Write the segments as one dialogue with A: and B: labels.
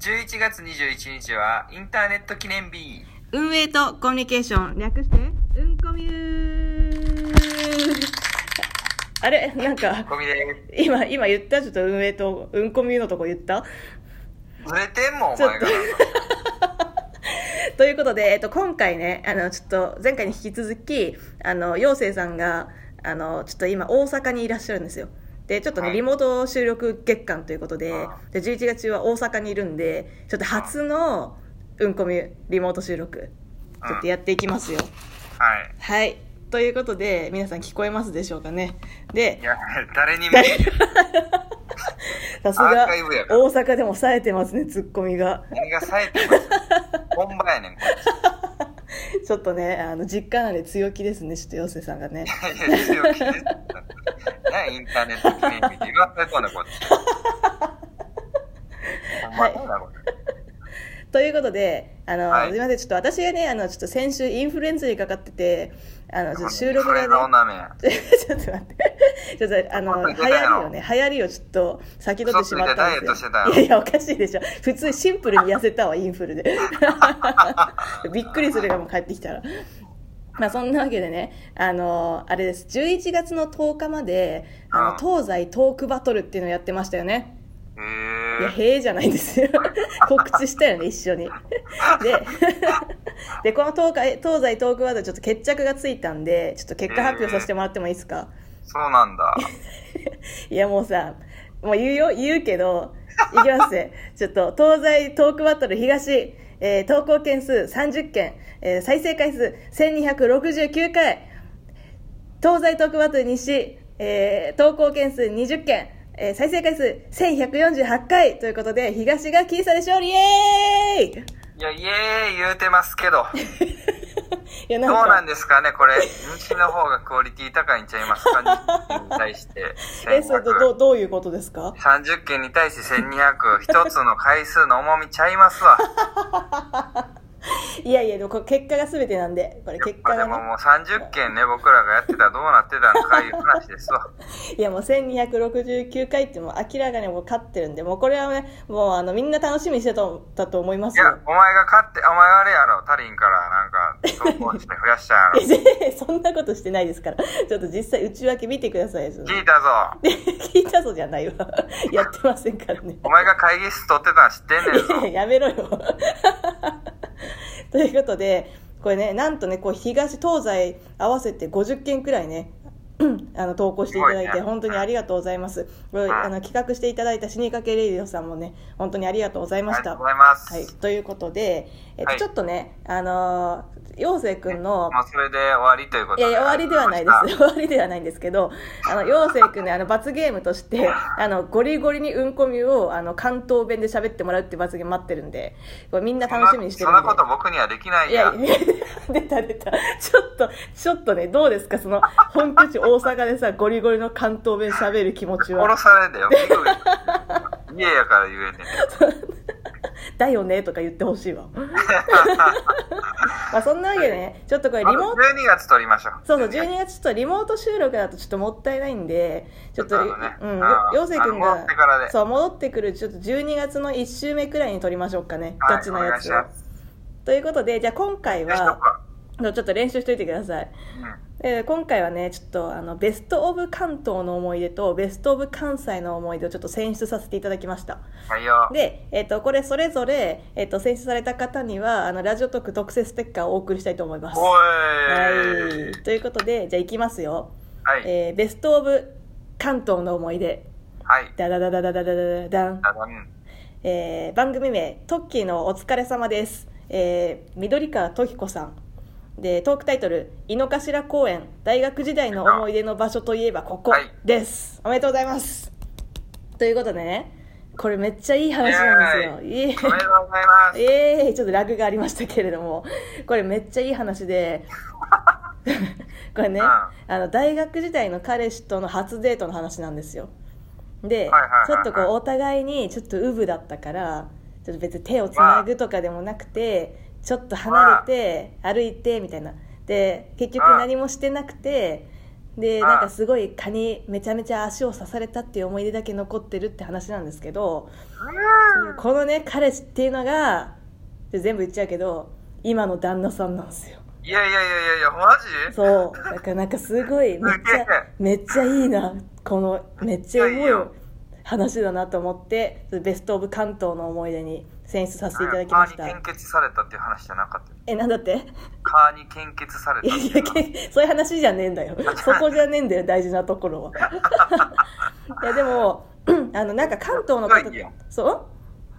A: 11月21日はインターネット記念日
B: 運営とコミュニケーション略してうんこみゅーあれなんか
A: ゴミです
B: 今今言ったちょっと運営とうんこみゅーのとこ言った
A: ずれてんもんお
B: ちょっ
A: 前が
B: ということで、えっと、今回ねあのちょっと前回に引き続きあの陽生さんがあのちょっと今大阪にいらっしゃるんですよでちょっとね、
A: はい
B: リモート収録月間ということで
A: あ
B: で11月中は大阪にいるんでちょっと初のうんこみリモート収録ちょっとやっていきますよ、
A: はい
B: はいということで皆さん聞こえますでしょうかね
A: い
B: で
A: や誰にも
B: 誰さす
A: アー
B: が
A: カイブやから
B: 大阪でも冴えてますねツッコミが
A: 何が冴えてます本場やねんこっ
B: ちょっとねあの実家なんで強気ですねちょっと陽生さんがね
A: ちいや強気です何インターネット記念日って言わせとんねんこっちほんまそうなの
B: ということで、あの、
A: はい
B: すみません、ちょっと私がね、あの、ちょっと先週インフルエンザにかかってて、あの、ちょっと収録
A: こ
B: が
A: れが
B: ね、
A: 女めや
B: ちょっと待って、ちょっと、あの、
A: 本
B: 流
A: 当に出
B: 行
A: た
B: り
A: やろ
B: をね、流行りをちょっと先取ってしまったんで
A: 嘘
B: す
A: つ
B: よ
A: いてダイエットしてた。やろ
B: いやいや、おかしいでしょ。普通シンプルに痩せたわ、 インフルで。びっくりするがもう帰ってきたら。まあそんなわけでね、あのあれです。11月の10日まで、あの、東西トークバトルっていうのをやってましたよね。
A: へ
B: いや、
A: ー
B: へえじゃないんです よ。告知したよね、一緒に。で、で、この東海東西トークワードちょっと決着がついたんで、ちょっと結果発表させてもらってもいいですか、
A: そうなんだ
B: いや、もうさ、もう言うよ、言うけど、いきます ね。ちょっと、東西トークバトル東、えー投稿件数30件、えー再生回数1269回、東西トークバトル西、えー投稿件数20件、えー再生回数1148回ということで、東が僅差で勝利イエーイ
A: いやイエーイ言うてますけど
B: いや、
A: どうなんですかねこれ西の方がクオリティ高いんちゃいますか日に対して
B: え、そう、ど、どうどういうことですか
A: 30件に対して1200一つの回数の重みちゃいますわ
B: いやいや、でもこれ結果が全てなんで、これ 結果
A: で
B: が
A: も
B: ね。
A: もう30件ね僕らがやってたらどうなってたのかいう話ですわ
B: いや、もう1269回ってもう明らかにもう勝ってるんで、もうこれはね、もうあの、みんな楽しみにしてたとだと思いま
A: い
B: す
A: や
B: よ。
A: お前が勝ってお前あれやろ足りんからなんか投稿して増やしたや ろ
B: そんなことしてないですから。ちょっと実際内訳見てください。その
A: 聞いたぞ
B: 聞いたぞじゃないわ。やってませんからね。
A: お前が会議室取ってたん知ってんねんぞ
B: い ややめろよ。ということで、これね、なんとね、こう東、東西合わせて50件くらいね、 あの投稿していただい
A: すご
B: て、
A: いね
B: 本当にありがとうございます。これあの企画していただいた死にかけレイディオさんもね、本当にありがとうござい
A: あ
B: ま
A: りが
B: し
A: と
B: た。
A: うございます、
B: はい、ということで、えっと
A: はい
B: ちょっとね、あのー、陽生くんの、
A: もうそれで終わりということ
B: い
A: で
B: やいや、終わりではないです。 終わりではないんですけど、あの、陽生くんね、あの、罰ゲームとして、あの、ゴリゴリにうんこみを、あの、関東弁で喋ってもらうっていう罰ゲーム待ってるんで、これみんな楽しみにしてるんで。
A: そんなこと僕にはできない
B: いや
A: や、
B: いや、出た出た。ちょっと、ちょっとね、どうですかその、本拠地大阪でさ、ゴリゴリの関東弁喋る気持ちは。
A: 殺されんだよ。家やから言えんねん。
B: だよねとか言ってほし いわ。まあ、そんなわけでね、ちょっとこれリモート
A: 12月撮りましょう。
B: そうそう、12月ちょっとリモート収録だとちょっともったいないんで、ちょっと、
A: ちょっとね
B: うん、
A: あー
B: ようせいくん
A: あの戻
B: が
A: ってからで、
B: そう、戻ってくる、ちょっと12月の1週目くらいに撮りましょうかね、
A: はい
B: ガチのやつ
A: お
B: を
A: 願いしま。
B: ということで、じゃあ今回
A: でしょう
B: は、
A: か。
B: ちょっと練習しといてくださ
A: う
B: い。
A: ん
B: で今回はね、ちょっとあの、ベストオブ関東の思い出と、ベストオブ関西の思い出をちょっと選出させていただきました。
A: はいよ。
B: で、えっ、と、これそれぞれ、えっ、と、選出された方には、あの、ラジオトーク特製ステッカーをお送りしたいと思います。
A: お。
B: はいい。ということで、じゃあ行きますよ。
A: はい。
B: えーベストオブ関東の思い出。
A: はい。
B: ダダダダダダダダダン。
A: あのうん
B: えー番組名、トッキーのお疲れ様です。えー、緑川時子さん。で、トークタイトル、井の頭公園、大学時代の思い出の場所といえばここ
A: はい
B: です。おめでとうございます。ということでね、これめっちゃいい話なんですよ。いい
A: おめでとうございます。
B: ええちょっとラグがありましたけれども、これめっちゃいい話で、 これね、
A: うん
B: あの、大学時代の彼氏との初デートの話なんですよ。で
A: はいはいはいはい、
B: ちょっとこう、お互いにちょっとウブだったから、ちょっと別に手をつなぐとかでもなくて、ちょっと離れて、歩いて、みたいな。で、結局何もしてなくて、で
A: ああ
B: なんかすごい蚊にめちゃめちゃ足を刺されたっていう思い出だけ残ってるって話なんですけどこのね彼氏っていうのが全部言っちゃうけど今の旦那さんなんですよ
A: いやいやいやいやいや、マジ
B: そうだからなんかすごいめっちゃめっちゃいいなこのめっちゃ
A: めっちゃいい
B: 重い
A: よ
B: 話だなと思ってベスト・オブ・関東の思い出に選出させていただきまし
A: 蚊に
B: た
A: 献血されたっていう話じゃなかったよ。
B: えなんだって
A: 蚊に献血され
B: い
A: た
B: や
A: って
B: い
A: い
B: や
A: うのは。
B: けそういう話じゃねえん だよそこじゃねえんだよ大事なところは いやでもあのなんか関東の方
A: いいよ
B: そ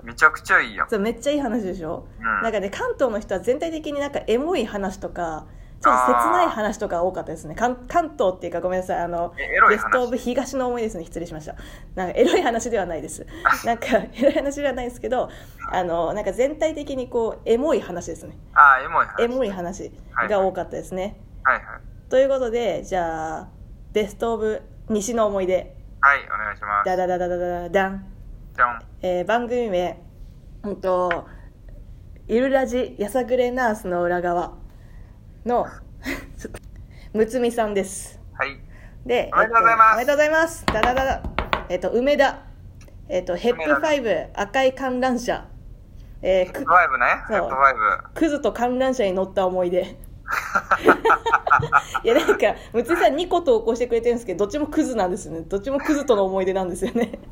B: う
A: めちゃくちゃいいやん。
B: そうめっちゃいい話でしょ、
A: うん
B: なんかね関東の人は全体的になんかエモい話とかちょっと切ない話とかが多かったですね関関東っていうかごめんなさいあの
A: えエロい
B: ベスト・オ
A: 話
B: ブ・東の思いですね失礼しましたなんかエロい話ではないです なんかエロい話ではないですけどあのなんか全体的にこうエモい話ですね
A: ああ、エモい話。
B: エモい話が多かったですね、
A: はい
B: ということでじゃあベスト・オブ・西の思い出
A: はい。はい、お願いします。
B: ダダダダダダダダン
A: じゃん。
B: えー番組名、うんと「ゆるラジやさぐれナースの裏側の」 ちょっとむつみさんです
A: はい。
B: で
A: おめでとうございます
B: えっおめでとうございますだだだだえっと梅田えっとヘップファイブ赤い観覧車え
A: ヘ
B: ー
A: ッド
B: く
A: ファイブね。
B: そう
A: ヘッドファイブ。
B: クズと観覧車に乗った思い出 いやなんかむつみさん2個投稿してくれてるんですけどどっちもクズなんですよねどっちもクズとの思い出なんですよね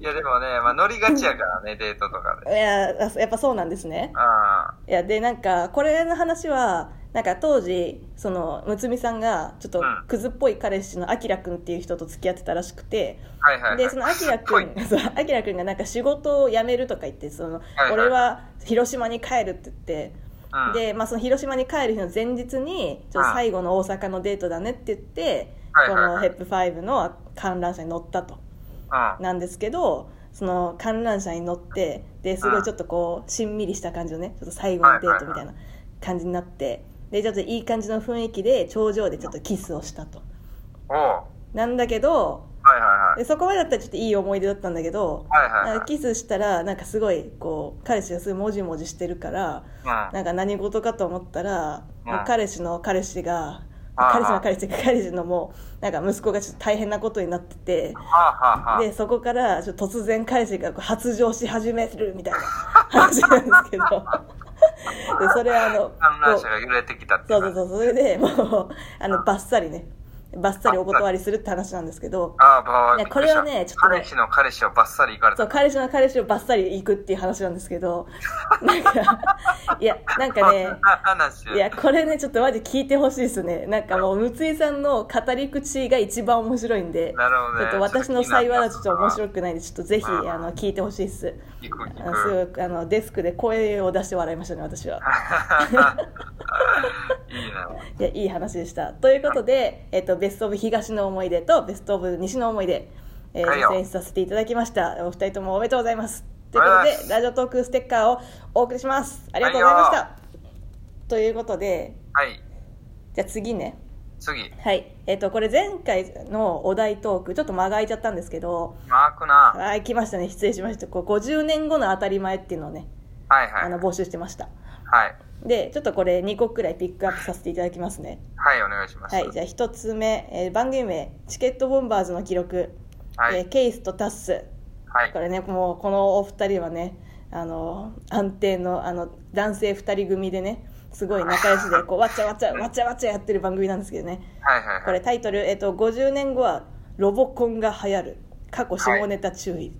A: いや、でもね、まあ、乗りがちやからね、デートとか
B: い
A: で。
B: やあやっぱそうなんですね
A: あ
B: いやでなんかこれの話はなんか当時そのむつみさんがちょっと
A: うん
B: クズっぽい彼氏のあきらくんっていう人と付き合ってたらしくて、
A: あ。はいはい、はい。
B: でそのあきらく
A: はい
B: ん そうあきらくんがなんか仕事を辞めるとか言ってその、
A: はい
B: 俺は広島に帰るって言って、
A: うん、
B: で、まあ、その広島に帰る日の前日にちょっと最後の大阪のデートだねって言って、
A: はい
B: こ
A: はい
B: の
A: は
B: ヘ
A: い
B: ップ5の観覧車に乗ったと。
A: うん。
B: なんですけどその観覧車に乗ってですごいちょっとこうしんみりした感じのねちょっと最後のデートみたいな感じになってでちょっといい感じの雰囲気で頂上でちょっとキスをしたと
A: おう
B: なんだけど
A: はいはいはい。
B: でそこまでだったらちょっといい思い出だったんだけど
A: はいはい
B: なん
A: は
B: か
A: い。
B: キスしたらなんかすごいこう彼氏がすごいもじもじしてるから
A: うん。
B: なんか何事かと思ったら、
A: うん
B: もう彼氏の彼氏が
A: ああ
B: 彼氏の彼氏が彼氏のもうなんか息子がちょっと大変なことになってて。
A: はあはあはあ。
B: でそこからちょっと突然彼氏がこう発情し始めるみたいな 話なんですけどでそれはあの
A: 観覧
B: こ
A: 車が揺れてきたっ
B: う
A: てい
B: そううそう
A: う
B: そうそれでもうあ
A: う
B: の
A: ん
B: バッサリねバッサリお断りするって話なんですけど
A: ああばあ
B: いやこれはねちょっとね
A: 彼氏の彼氏をバッサリ行かれ
B: そ
A: た
B: う彼氏の彼氏をバッサリ行くっていう話なんですけどなんかいやなんかね
A: そんな 話
B: いやこれねちょっとマジ聞いてほしいですねなんかもう睦井さんの語り口が一番面白いんで
A: なるほどね
B: ちょっと私の幸いはちょっと面
A: い
B: 白くないんでちょっとぜひ
A: うん
B: あの聞いてほしいです
A: 行く
B: あ
A: 行
B: のす
A: く
B: ごくあのデスクで声を出して笑いましたね私は
A: いいね
B: いやいい話でしたということで、えっと、ベスト・オブ東の思い出とベスト・オブ西の思い出、え
A: はい
B: ー、
A: よ
B: 選出させていただきましたお二人ともおめでとうございますということ
A: ありがとうございま
B: ですラジオトークステッカーをお送りしますありがとうございまし
A: はい
B: たということで
A: はい
B: じゃあ次ね
A: 次
B: はいえっとこれ前回のお題トークちょっと間が空いちゃったんですけど
A: マークな
B: あー来ましたね失礼しましたこう50年後の当たり前っていうのをね
A: はいは
B: あ
A: い
B: の募集してました
A: はい
B: でちょっとこれ2個くらいピックアップさせていただきますね
A: はいお願いします
B: はいじゃあ1つ目、えー番組名「チケットボンバーズの記録」
A: はい
B: えーケイスとタッス」
A: はい
B: これねもうこのお二人はねあの安定のあの男性2人組でねすごい仲良しでこうわちゃわちゃわちゃわちゃやってる番組なんですけどね
A: はいはい
B: こ
A: はい
B: れタイトル、えっと「50年後はロボコンが流行る過去下ネタ注意」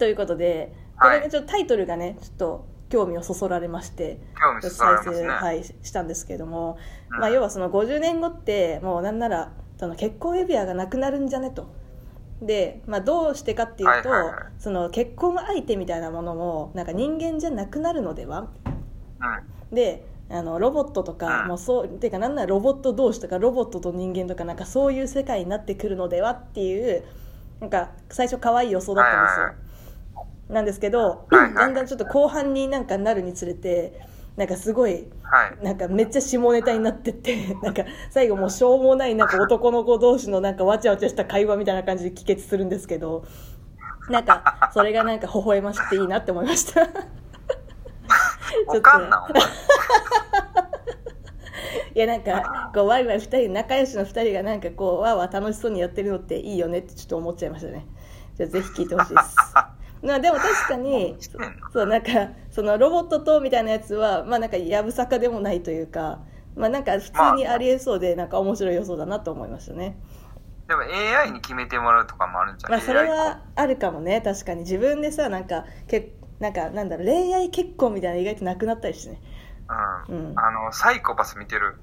B: ということでこれ
A: は
B: ね
A: い
B: ちょっとタイトルがねちょっと興味をそそられまして
A: 興味そそられますね
B: 再生、はい、したんですけども、
A: うん
B: まあ、要はその50年後ってもうなんならその結婚指輪がなくなるんじゃねと。でまあ、どうしてかっていうと、
A: はいはいはい
B: その結婚相手みたいなものもなんか人間じゃなくなるのでは
A: うん
B: であのロボットとか、
A: うん
B: もうそうてかなんならロボット同士とかロボットと人間とかなんかそういう世界になってくるのではっていうなんか最初可愛い予想だったんですよ、
A: はいはい
B: なんですけど、
A: はいはい
B: だんだんちょっと後半になんかなるにつれてなんかすごい
A: はい
B: なんかめっちゃ下ネタになってって なんか最後もうしょうもないなんか男の子同士のなんかわちゃわちゃした会話みたいな感じで帰結するんですけどなんかそれがなんか微笑ましくていいなって思いました ちょっと
A: おかんなお前
B: いやなんかこうワイワイ2人仲良しの2人がなんかこうわーわー楽しそうにやってるのっていいよねってちょっと思っちゃいましたねじゃあぜひ聞いてほしいです まあでも確かに
A: 知ってんの
B: そうなんかそのロボットとみたいなやつはまあなんかやぶさかでもないというかまあなんか普通にありえそうでなんか面白い予想だなと思いましたね
A: でも AI に決めてもらうとかもあるんじゃな
B: ま
A: い
B: あそれ
A: AI
B: はあるかもね確かに自分でさなんかけなんかなんだろう恋愛結婚みたいなの意外となくなったりしてね
A: う
B: うんん
A: あのサイコパス見てる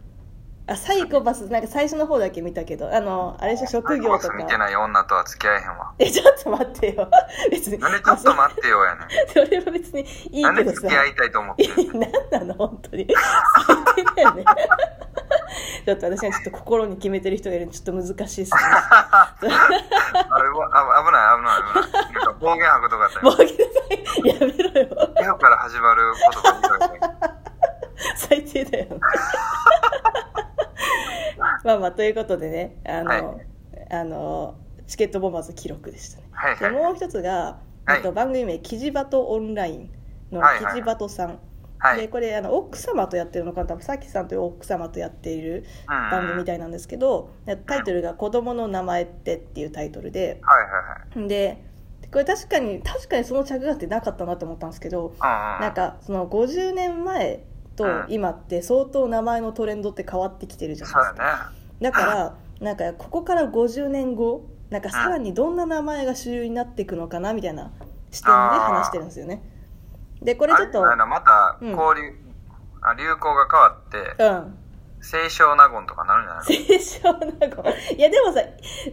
B: あサイコパスなんか最初の方だけ見たけどあのあれでしょ職業と
A: サイコパ
B: か
A: ス見てない女とは付き合えへんわ
B: えちょっと待ってよ別に
A: なんでちょっと待ってよやねん
B: それは別にいい
A: なん
B: け
A: で
B: ど
A: 付
B: さ
A: き合いたいと思っ
B: い
A: て
B: や
A: んの
B: 何なの本当に最低だよねちょっと私はちょっと心に決めてる人がいるんでちょっと難しいですね
A: あれわあ危ない危ない危ないなんか暴言吐くとかだ
B: もう
A: よ
B: やめろよ
A: 今から始まることがいいよね
B: 最低だよ ねまあまあということでねあの、
A: は
B: あのチケットボンバーズ記録でしたね
A: はい
B: で
A: はい
B: もう一つが、
A: はい
B: えっと、番組名「キジバトオンライン」の
A: はいはい
B: キジバトさん、
A: はい
B: でこれあの奥様とやってるのかな多分さきさんという奥様とやっている番組み
A: たい
B: たいなんですけどでタイトルが「子供の名前って」っていうタイトルで
A: はい
B: でこれ確かに確かにその着眼点なかったなと思ったんですけど
A: はいはい
B: なんかその50年前と
A: うん
B: 今って相当名前のトレンドって変わってきてるじゃない
A: そう
B: で
A: だ
B: す
A: ね
B: かだからなんかここから50年後なんかさらにどんな名前が主流になっていくのかなみたいな視点で話してるんですよねでこれちょっと
A: あれあのまた
B: うん
A: 交流、あ流行が変わって
B: うん
A: 清少納言とかなるんじゃないの
B: 清少納言いやでもさ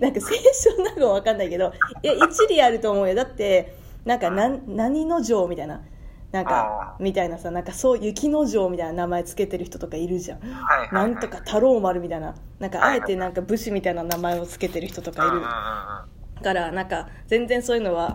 B: なんか清少納言わかんないけどいや一理あると思うよだってなんかなん何の城みたいななんかみたいなさなんかそう雪の城みたいな名前つけてる人とかいるじゃん
A: はいはい、は、
B: ないんとか太郎丸みたいななんか
A: はい
B: あえてなんか武士みたいな名前をつけてる人と
A: うん
B: か
A: う
B: い
A: んうんうん
B: るからなんか全然そういうのは